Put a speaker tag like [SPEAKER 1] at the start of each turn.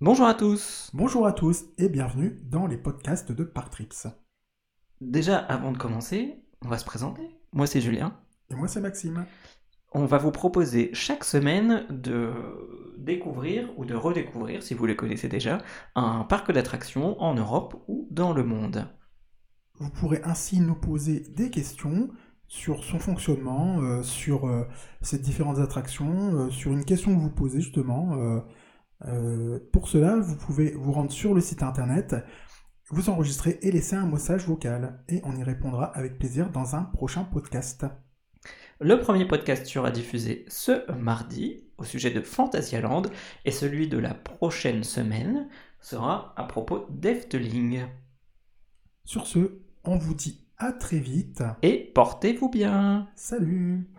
[SPEAKER 1] Bonjour à tous
[SPEAKER 2] Bonjour à tous et bienvenue dans les podcasts de Partrips.
[SPEAKER 1] Déjà, avant de commencer, on va se présenter. Moi, c'est Julien.
[SPEAKER 2] Et moi c'est Maxime.
[SPEAKER 1] On va vous proposer chaque semaine de découvrir ou de redécouvrir, si vous le connaissez déjà, un parc d'attractions en Europe ou dans le monde.
[SPEAKER 2] Vous pourrez ainsi nous poser des questions sur son fonctionnement, euh, sur euh, ces différentes attractions, euh, sur une question que vous posez justement. euh, euh, pour cela, vous pouvez vous rendre sur le site internet, vous enregistrer et laisser un message vocal. Et on y répondra avec plaisir dans un prochain podcast.
[SPEAKER 1] Le premier podcast sera diffusé ce mardi au sujet de Fantasyland et celui de la prochaine semaine sera à propos d'Efteling.
[SPEAKER 2] Sur ce, on vous dit à très vite.
[SPEAKER 1] Et portez-vous bien
[SPEAKER 2] Salut